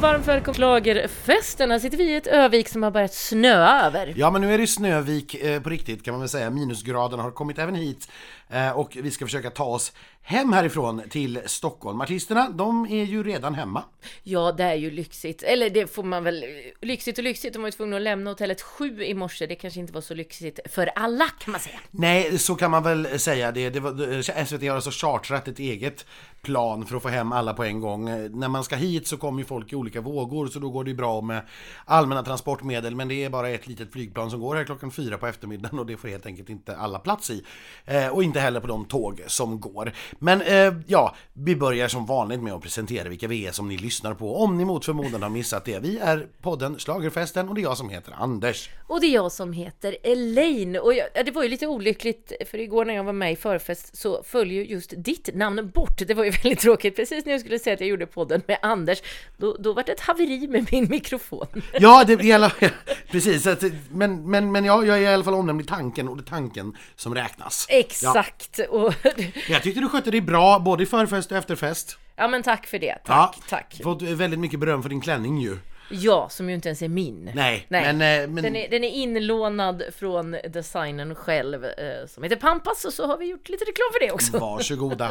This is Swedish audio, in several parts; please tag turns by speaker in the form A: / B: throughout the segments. A: varmt välkomna till Schlagerfesten. Här sitter vi i ett övik som har börjat snöa över.
B: Ja, men nu är det Snövik eh, på riktigt kan man väl säga. Minusgraderna har kommit även hit eh, och vi ska försöka ta oss hem härifrån till Stockholm. Artisterna, de är ju redan hemma.
A: Ja, det är ju lyxigt. Eller det får man väl... Lyxigt och lyxigt. De var ju tvungna att lämna hotellet sju i morse. Det kanske inte var så lyxigt för alla kan man säga.
B: Nej, så kan man väl säga det. det var, SVT har alltså chartrat ett eget plan för att få hem alla på en gång. Eh, När man ska hit så kommer ju folk i olika vågor så då går det ju bra med allmänna transportmedel men det är bara ett litet flygplan som går här klockan fyra på eftermiddagen och det får helt enkelt inte alla plats i. Eh, och inte heller på de tåg som går. Men eh, ja, vi börjar som vanligt med att presentera vilka vi är som ni lyssnar på om ni mot förmodan har missat det. Vi är podden Slagerfesten och det är jag som heter Anders.
A: Och det är jag som heter Elaine. Och jag, ja, det var ju lite olyckligt, för igår när jag var med i förfest så föll ju just ditt namn bort. Det var ju väldigt tråkigt. Precis när jag skulle säga att jag gjorde podden med Anders, då, då var det ett haveri med min mikrofon.
B: Ja, det är i alla precis. så Att, men men, men ja, jag är i alla fall omnämnd i tanken och det är tanken som räknas.
A: Exakt! Och,
B: Jag tyckte du skötte dig bra både i förfest och efterfest.
A: ja, men tack för det. Tack, tack.
B: Fått väldigt mycket beröm för din klänning ju.
A: Ja, som ju inte ens är min.
B: Nej,
A: Nej.
B: men... eh, men
A: Den är, den är inlånad från designern själv eh, som heter Pampas och så har vi gjort lite reklam för det
B: Mm.
A: också.
B: Varsågoda.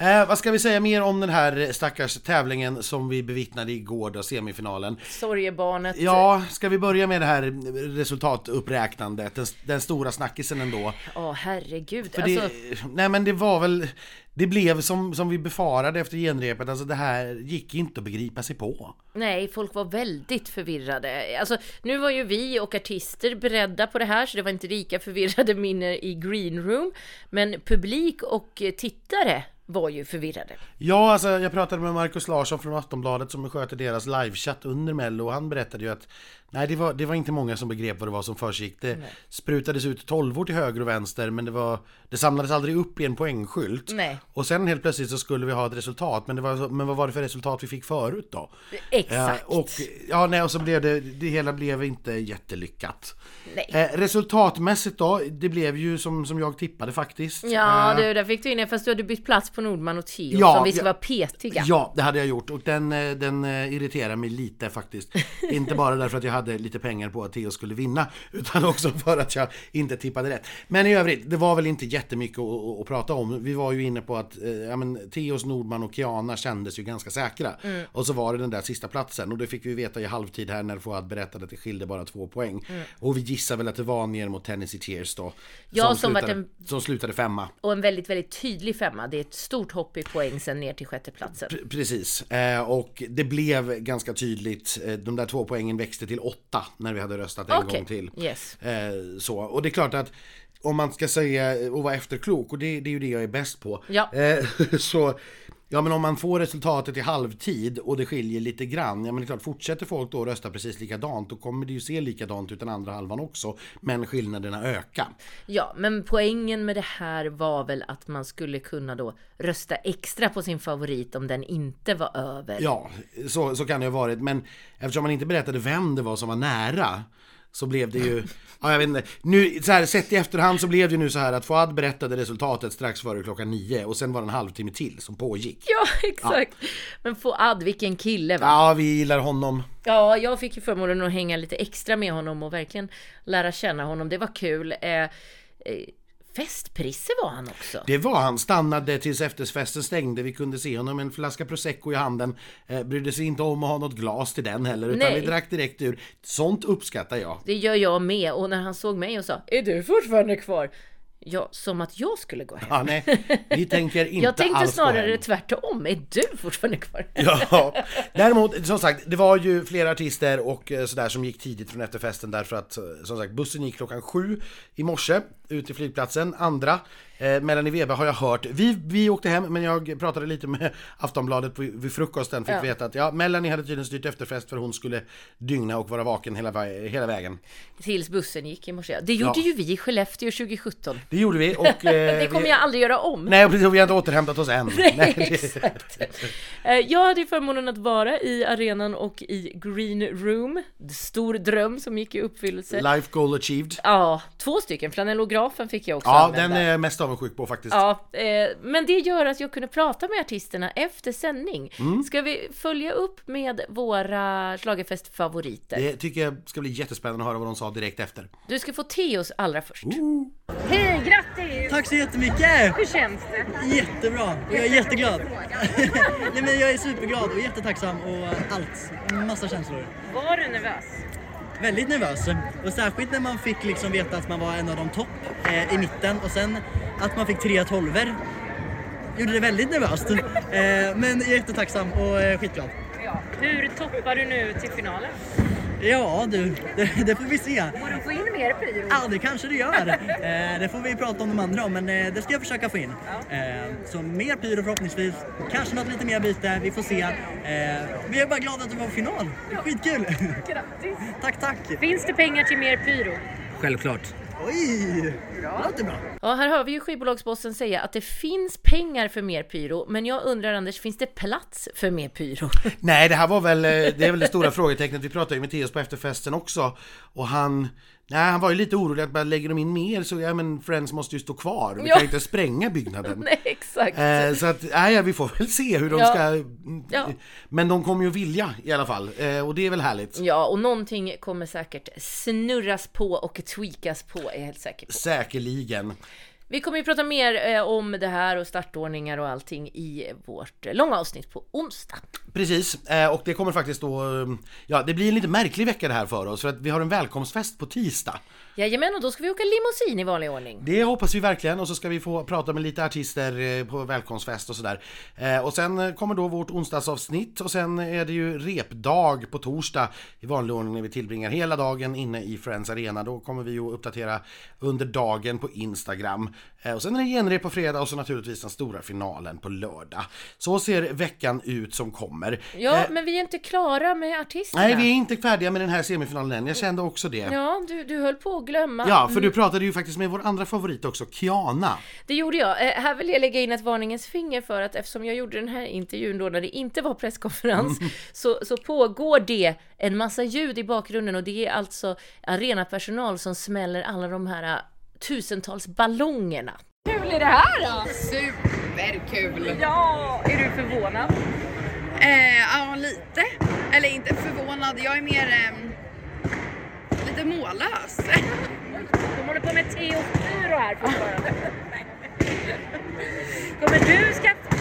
B: eh, vad ska vi säga mer om den här stackars tävlingen som vi bevittnade igår då, semifinalen?
A: Sorgebarnet.
B: Ja, ska vi börja med det här resultatuppräknandet, den, den stora snackisen ändå.
A: Ja, herregud.
B: För
A: Alltså,
B: det, nej men det var väl, det blev som, som vi befarade efter genrepet, alltså det här gick inte att begripa sig på.
A: nej, folk var väldigt förvirrade. Alltså, nu var ju vi och artister beredda på det här, så det var inte lika förvirrade minnen i green room. Men publik och eh, tittare var ju förvirrade.
B: Ja, alltså jag pratade med Markus Larsson från Aftonbladet som sköter deras livechatt under Mello och han berättade ju att nej, det var, det var inte många som begrep vad det var som försiggick. Det sprutades ut tolvor till höger och vänster men det, var, det samlades aldrig upp i en poängskylt.
A: Nej.
B: Och sen helt plötsligt så skulle vi ha ett resultat men, det var, så- men vad var det för resultat vi fick förut då? Ja,
A: Exakt.
B: och, ja, nej, och så blev det, det hela blev inte jättelyckat.
A: Nej.
B: Eh, resultatmässigt då, det blev ju som, som jag tippade faktiskt.
A: Ja,
B: Eh,
A: du, där fick du in det. Fast du hade bytt plats på Nordman och Theo
B: Ja,
A: som vi ska
B: ja.
A: vara petiga.
B: Ja, det hade jag gjort och den, eh, den eh, irriterar mig lite faktiskt. Inte bara därför att jag hade lite pengar på att Theo skulle vinna, utan också för att jag inte tippade rätt. Men i övrigt, det var väl inte jättemycket att, att, att prata om. Vi var ju inne på att eh, ja, men, Theos, Nordman och Kiana kändes ju ganska säkra. Och så var det den där sista platsen och det fick vi veta i halvtid här när Fouad berättade att det skilde bara två poäng. Och vi gissar väl att det var ner mot Tennessee Tears då.
A: Ja, som vart
B: slutade, som slutade femma.
A: Och en väldigt, väldigt tydlig femma. Det är ett stort hopp i poäng sen ner till sjätteplatsen.
B: Pre- Precis, eh, och det blev ganska tydligt. eh, De där två poängen växte till åtta när vi hade röstat en
A: Okej,
B: gång till.
A: yes.
B: Eh, så. Och det är klart att om man ska säga och vara efterklok, och det, det är ju det jag är bäst på.
A: Ja.
B: Eh, så, ja men om man får resultatet i halvtid och det skiljer lite grann, ja men det är klart fortsätter folk då att rösta precis likadant då kommer det ju se likadant ut den andra halvan också. Men skillnaderna ökar.
A: Ja, men poängen med det här var väl att man skulle kunna då rösta extra på sin favorit om den inte var över.
B: Ja, så, så kan det ha varit. Men eftersom man inte berättade vem det var som var nära så blev det ju, ja jag vet inte, nu, så här, sett i efterhand så blev det ju nu så här att Fouad berättade resultatet strax före klockan nio och sen var det en halvtimme till som pågick.
A: Ja, exakt. Men Fouad, vilken kille va?
B: Ja, vi gillar honom.
A: Ja, jag fick ju förmånen att hänga lite extra med honom och verkligen lära känna honom. Det var kul. Eh, eh, festprisse var han också.
B: Det var han, stannade tills efterfesten stängde, vi kunde se honom med en flaska prosecco i handen, eh, brydde sig inte om att ha något glas till den heller utan
A: Nej.
B: vi drack direkt ur. Sånt uppskattar jag.
A: Det gör jag med. Och när han såg mig och sa Är du fortfarande kvar? Ja, som att jag skulle gå hem.
B: Ja, nej, vi tänker inte
A: jag tänkte
B: alls gå hem.
A: snarare tvärtom. Är du fortfarande kvar?
B: Ja. Däremot, som sagt, det var ju flera artister och eh, sådär som gick tidigt från efterfesten därför att eh, som sagt bussen gick klockan sju i morse ut till flygplatsen. Andra, eh, Melanie Weber har jag hört. Vi, vi åkte hem men jag pratade lite med Aftonbladet på- vid frukosten. Fick
A: Ja.
B: veta att ja, Melanie hade tydligen styrt efterfest för hon skulle dygna och vara vaken hela, vä- hela vägen.
A: Tills bussen gick i morse. Det gjorde
B: Ja.
A: ju vi i Skellefteå 2017.
B: Det gjorde vi och... eh,
A: Det kommer
B: vi,
A: jag aldrig göra om.
B: Nej, precis, vi har inte återhämtat oss än. Nej, det-
A: Exakt. Eh, Jag hade ju förmånen att vara i arenan och i Green Room. Stor dröm som gick i uppfyllelse.
B: Life goal achieved.
A: Ja, två stycken. Flanell och fotografen fick jag också
B: Ja,
A: använda.
B: den är jag mest avundsjuk på faktiskt.
A: Ja, eh, men det gör att jag kunde prata med artisterna efter sändning.
B: Mm.
A: Ska vi följa upp med våra schlagerfestfavoriter?
B: Det tycker jag ska bli jättespännande att höra vad de sa direkt efter.
A: Du ska få Teos allra först.
B: Oh.
C: Hej, grattis!
D: Tack så jättemycket!
C: Hur känns det?
D: Jättebra! Jag är jätteglad. Nej, men jag är superglad och jättetacksam och allt. Massa känslor.
C: Var du nervös?
D: Väldigt nervös. Och särskilt när man fick liksom veta att man var en av de topp eh, i mitten och sen att man fick tre tolver. Gjorde det väldigt nervöst. Eh, men jättetacksam och eh, skitglad.
C: Ja. Hur toppar du nu till finalen?
D: Ja du, det, det får vi se.
C: Får du få in mer pyro?
D: Ja, det kanske det gör. Eh, det får vi prata om de andra om, men eh, det ska jag försöka få in. Eh, så mer pyro förhoppningsvis, kanske något lite mer byte, vi får se. Eh, vi är bara glada att det var final. Det är skitkul!
C: Grattis!
D: tack, tack!
C: Finns det pengar till mer pyro?
E: Självklart.
D: Oj! Det låter bra.
A: Ja, här hör vi ju skivbolagsbossen säga att det finns pengar för mer pyro, men jag undrar Anders, finns det plats för mer pyro?
B: Nej, det här var väl, eh, det är väl det stora frågetecknet. Vi pratade ju med Theoz på efterfesten också och han, nej, han var ju lite orolig att bara lägger de in mer så, ja men Friends måste ju stå kvar. Vi
A: Ja.
B: kan ju inte spränga byggnaden.
A: Nej, exakt.
B: Eh, så att, nej, vi får väl se hur de
A: Ja.
B: ska...
A: Ja.
B: Men de kommer ju att vilja i alla fall. Eh, och det är väl härligt.
A: Ja, och någonting kommer säkert snurras på och tweakas på, är jag helt säker på.
B: Säkerligen.
A: Vi kommer ju prata mer eh, om det här och startordningar och allting i vårt eh, långa avsnitt på onsdag.
B: Precis, eh, och det kommer faktiskt då... eh, Ja, det blir en lite märklig vecka det här för oss, för att vi har en välkomstfest på tisdag.
A: Jajamän, och då ska vi åka limousin i vanlig ordning.
B: Det hoppas vi verkligen och så ska vi få prata med lite artister eh, på välkomstfest och sådär. Eh, Och sen eh, kommer då vårt onsdagsavsnitt och sen är det ju repdag på torsdag i vanlig ordning när vi tillbringar hela dagen inne i Friends Arena. Då kommer vi att uppdatera under dagen på Instagram. Eh, Och sen är det genrep på fredag och så naturligtvis den stora finalen på lördag. Så ser veckan ut som kommer.
A: Ja,
B: Eh,
A: men vi är inte klara med artisterna.
B: Nej, vi är inte färdiga med den här semifinalen än. Jag kände också det.
A: Ja, du, du höll på att glömma.
B: Ja, för du pratade ju faktiskt med vår andra favorit också, Kiana.
A: Det gjorde jag. Eh, här vill jag lägga in ett varningens finger för att eftersom jag gjorde den här intervjun då när det inte var presskonferens så, så pågår det en massa ljud i bakgrunden och det är alltså arenapersonal som smäller alla de här eh, tusentals ballongerna.
C: Kul är det här då?
F: Superkul!
C: Ja, är du förvånad?
F: Eh, ja, lite. Eller inte förvånad, jag är mer ehm, lite mållös.
C: De håller på med te och pyro här fortfarande. Kommer du skaffa,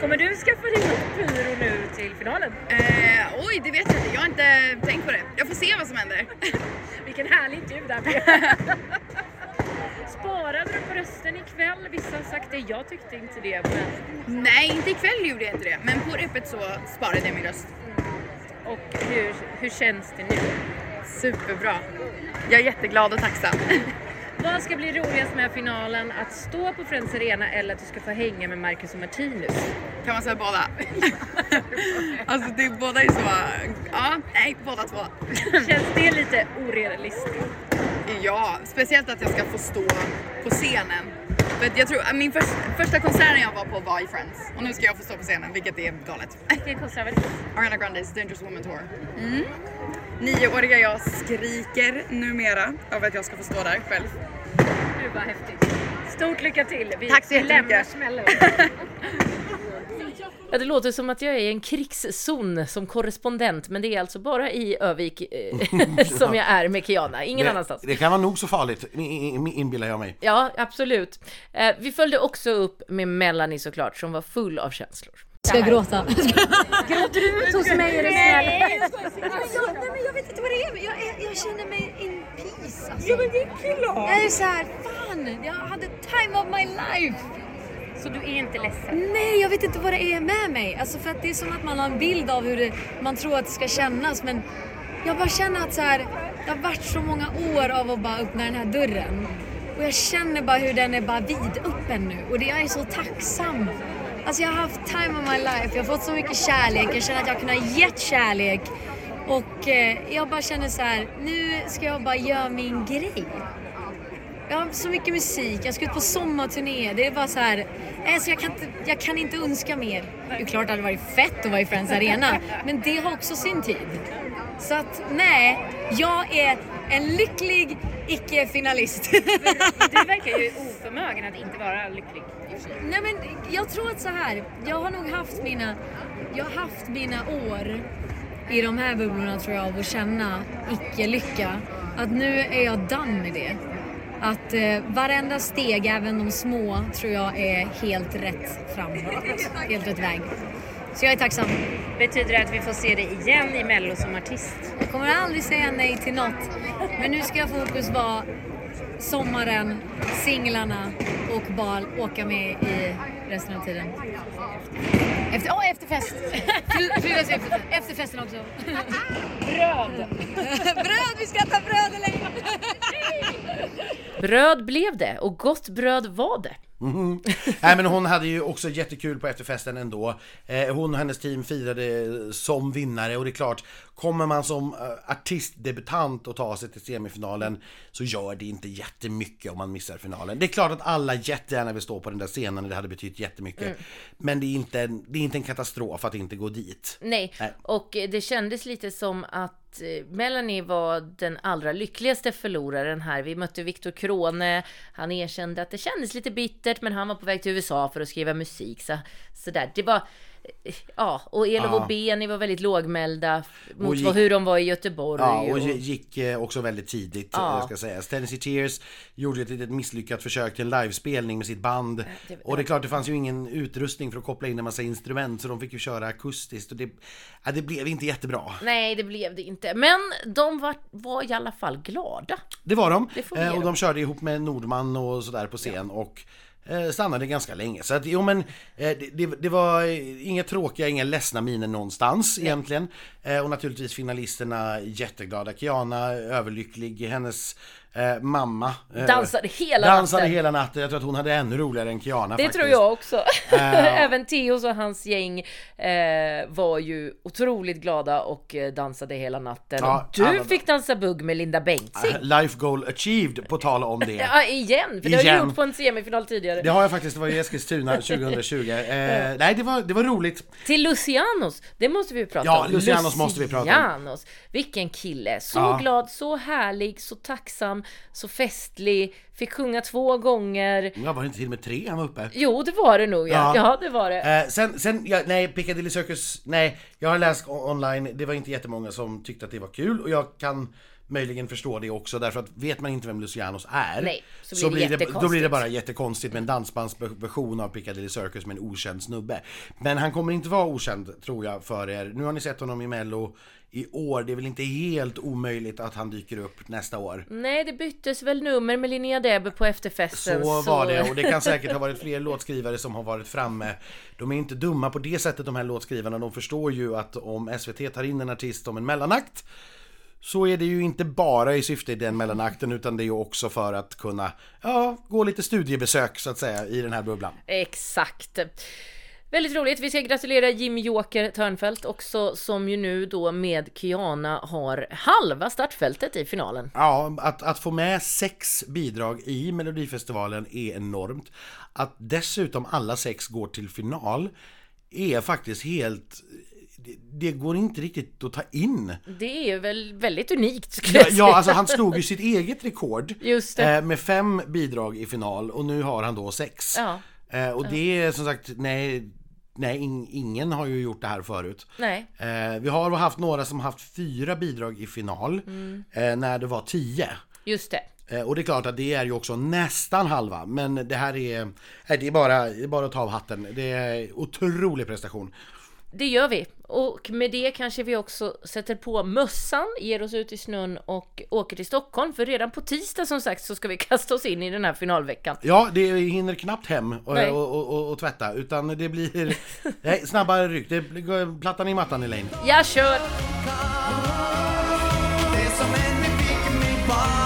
C: kommer du skaffa dig något pyro nu till finalen?
F: eh, oj, det vet jag inte. Jag har inte tänkt på det. Jag får se vad som händer.
C: Vilken härlig intervju det här blev. Sparade du på rösten ikväll? Vissa har sagt det, jag tyckte inte det. Men...
F: Nej, inte ikväll gjorde jag inte det. Men på repet så sparade jag min röst.
C: Och hur, hur känns det nu?
F: Superbra. Jag är jätteglad och tacksam.
C: Vad ska bli roligast med finalen? Att stå på Friends Arena eller att du ska få hänga med Marcus och Martinus?
F: Kan man säga båda? alltså, det, båda är så... Ja, nej, båda två.
C: Känns det lite orealistiskt?
F: Ja, speciellt att jag ska få stå på scenen. För att jag tror, min först, första konserten jag var på var i Friends och nu ska jag få stå på scenen, vilket är galet.
C: Vilken konsert var det?
F: Ariana Grandes Dangerous Woman Tour. Mm. Nioåriga jag skriker numera över att jag ska få stå där själv.
C: Gud vad häftigt. Stort lycka till. Vi
F: Tack så jättemycket.
C: lämnar smällen.
A: Ja, det låter som att jag är i en krigszon som korrespondent, men det är alltså bara i Övik eh, som jag är med Kiana, ingen annanstans.
B: Det, det kan vara nog så farligt, i- i- inbillar jag mig.
A: Ja, absolut. Eh, vi följde också upp med Melanie såklart, som var full av känslor.
G: Ska jag gråta?
H: Alltså, Nej men jag vet inte vad det är, men jag, är- jag känner mig in peace alltså. Ja men det är klart! Jag är såhär, fan! Jag hade time of my life!
C: Så du är inte ledsen?
H: Nej, jag vet inte vad det är med mig. Alltså för att det är som att man har en bild av hur det, man tror att det ska kännas men jag bara känner att så här, det har varit så många år av att bara öppna den här dörren. Och jag känner bara hur den är bara vidöppen nu och det, jag är så tacksam. Alltså jag har haft time of my life, jag har fått så mycket kärlek, jag känner att jag har kunnat gett kärlek. Och eh, jag bara känner så här, nu ska jag bara göra min grej. Jag har så mycket musik, jag ska ut på sommarturné. Det är bara så här, alltså jag, kan inte, jag kan inte önska mer. Det är klart det hade varit fett att vara i Friends Arena, men det har också sin tid. Så att nej, jag är en lycklig icke-finalist.
C: Du verkar ju oförmögen att inte vara lycklig. i och för sig.
H: Nej men jag tror att så här. jag har nog haft mina, jag har haft mina år i de här bubblorna tror jag av att känna icke-lycka. Att nu är jag done med det. Att eh, varenda steg, även de små, tror jag är helt rätt framåt. Helt rätt väg. Så jag är tacksam.
C: Betyder det att vi får se dig igen i Mello som artist?
H: Jag kommer aldrig säga nej till något. Men nu ska jag fokus vara sommaren, singlarna och bal. Åka med i resten av tiden. Efter, oh, efterfest! Fru- Frullas efter- Efterfesten också.
C: Bröd!
H: bröd, vi ska äta bröd eller
A: Bröd blev det och gott bröd var det.
B: Nej men hon hade ju också jättekul på efterfesten ändå. Eh, Hon och hennes team firade som vinnare och det är klart, kommer man som eh, artistdebutant att ta sig till semifinalen så gör det inte jättemycket om man missar finalen. Det är klart att alla jättegärna vill stå på den där scenen, det hade betytt jättemycket.
A: Mm.
B: Men det är, inte en, det är inte en katastrof att inte gå dit.
A: Nej.
B: Nej.
A: och eh, det kändes lite som att eh, Melanie var den allra lyckligaste förloraren här. Vi mötte Viktor Krone, han erkände att det kändes lite bittert men han var på väg till USA för att skriva musik. Så, så där. Det var, eh, ja, och Elof
B: Ja.
A: och Beni var väldigt lågmälda f- mot
B: Och gick-
A: vad- hur de var i Göteborg.
B: Ja, och
A: och-
B: gi- gick eh, också väldigt tidigt
A: Ja.
B: eh, ska sägas. Tennessee Tears gjorde ett litet misslyckat försök till en livespelning med sitt band.
A: det-
B: och det är klart, det fanns ju ingen utrustning för att koppla in en massa instrument så de fick ju köra akustiskt och det, ja, det blev inte jättebra.
A: Nej, det blev det inte. Men de var, var i alla fall glada.
B: Det var de.
A: Det får vi
B: eh,
A: ge
B: och
A: dem.
B: de körde ihop med Nordman och sådär på scen och eh, stannade ganska länge. Så att, jo men eh, det, det, det var eh, inga tråkiga, inga ledsna miner någonstans egentligen. Eh, Och naturligtvis finalisterna jätteglada. Kiana överlycklig, hennes eh, mamma eh,
A: Dansade hela
B: dansade
A: natten.
B: hela natten. Jag tror att hon hade ännu roligare än Kiana
A: Det
B: faktiskt.
A: tror jag också.
B: Äh.
A: Även Theoz och hans gäng eh, var ju otroligt glada och eh, dansade hela natten.
B: Ja,
A: och du
B: alla-
A: fick dansa bugg med Linda Bengtzing.
B: Eh, Life goal achieved på tal om det.
A: Ja, igen! För det har
B: Igen.
A: du gjort på en semifinal tidigare.
B: Det har jag faktiskt, det var i Eskilstuna 2020. Eh, nej, det var, det var roligt.
A: Till Lucianos, det måste vi prata
B: Ja,
A: om.
B: Lucianos måste vi prata om.
A: Lucianos, vilken kille! Så
B: Ja.
A: glad, så härlig, så tacksam, så festlig. Fick sjunga två gånger.
B: Ja, var det inte till och med tre han var uppe?
A: Jo, det var det nog ja.
B: Ja.
A: Ja, det var det.
B: Eh, sen, sen ja, nej, Piccadilly Circus, nej, jag har läst o- online, det var inte jättemånga som tyckte att det var kul och jag kan möjligen förstå det också därför att vet man inte vem Lucianos är
A: Nej, så blir det jättekonstigt.
B: då blir det bara jättekonstigt med en dansbandsversion av Piccadilly Circus med en okänd snubbe. Men han kommer inte vara okänd tror jag för er. Nu har ni sett honom i Mello i år, det är väl inte helt omöjligt att han dyker upp nästa år.
A: Nej, det byttes väl nummer med Linnea Debe på efterfesten.
B: Så var det och det kan säkert ha varit fler låtskrivare som har varit framme. De är inte dumma på det sättet de här låtskrivarna. De förstår ju att om SVT tar in en artist om en mellanakt så är det ju inte bara i syfte i den mellanakten utan det är ju också för att kunna ja, gå lite studiebesök så att säga i den här bubblan.
A: Exakt. Väldigt roligt. Vi ska gratulera Jim Joker Törnfeldt också som ju nu då med Kiana har halva startfältet i finalen.
B: Ja, att, att få med sex bidrag i Melodifestivalen är enormt. Att dessutom alla sex går till final är faktiskt helt... det- Det går inte riktigt att ta in.
A: Det är väl väldigt unikt skulle
B: Ja,
A: jag säga.
B: ja, alltså han slog ju sitt eget rekord
A: Just det.
B: eh, med fem bidrag i final och nu har han då sex.
A: Ja.
B: Eh, och det är som sagt, nej, nej in, ingen har ju gjort det här förut.
A: Nej.
B: Eh, vi har haft några som haft fyra bidrag i final
A: Mm.
B: eh, när det var tio.
A: Just det.
B: Eh, Och det är klart att det är ju också nästan halva, men det här är, nej, det är bara, det är bara att ta av hatten. Det är otrolig prestation.
A: Det gör vi. Och med det kanske vi också sätter på mössan, ger oss ut i snön och åker till Stockholm. För redan på tisdag som sagt så ska vi kasta oss in i den här finalveckan.
B: Ja, det hinner knappt hem och,
A: Nej.
B: och, och, och, och tvätta, utan det blir nej, snabba ryck. Det blir plattan i mattan Elaine.
A: Jag kör!
E: Det som hände fick mig bara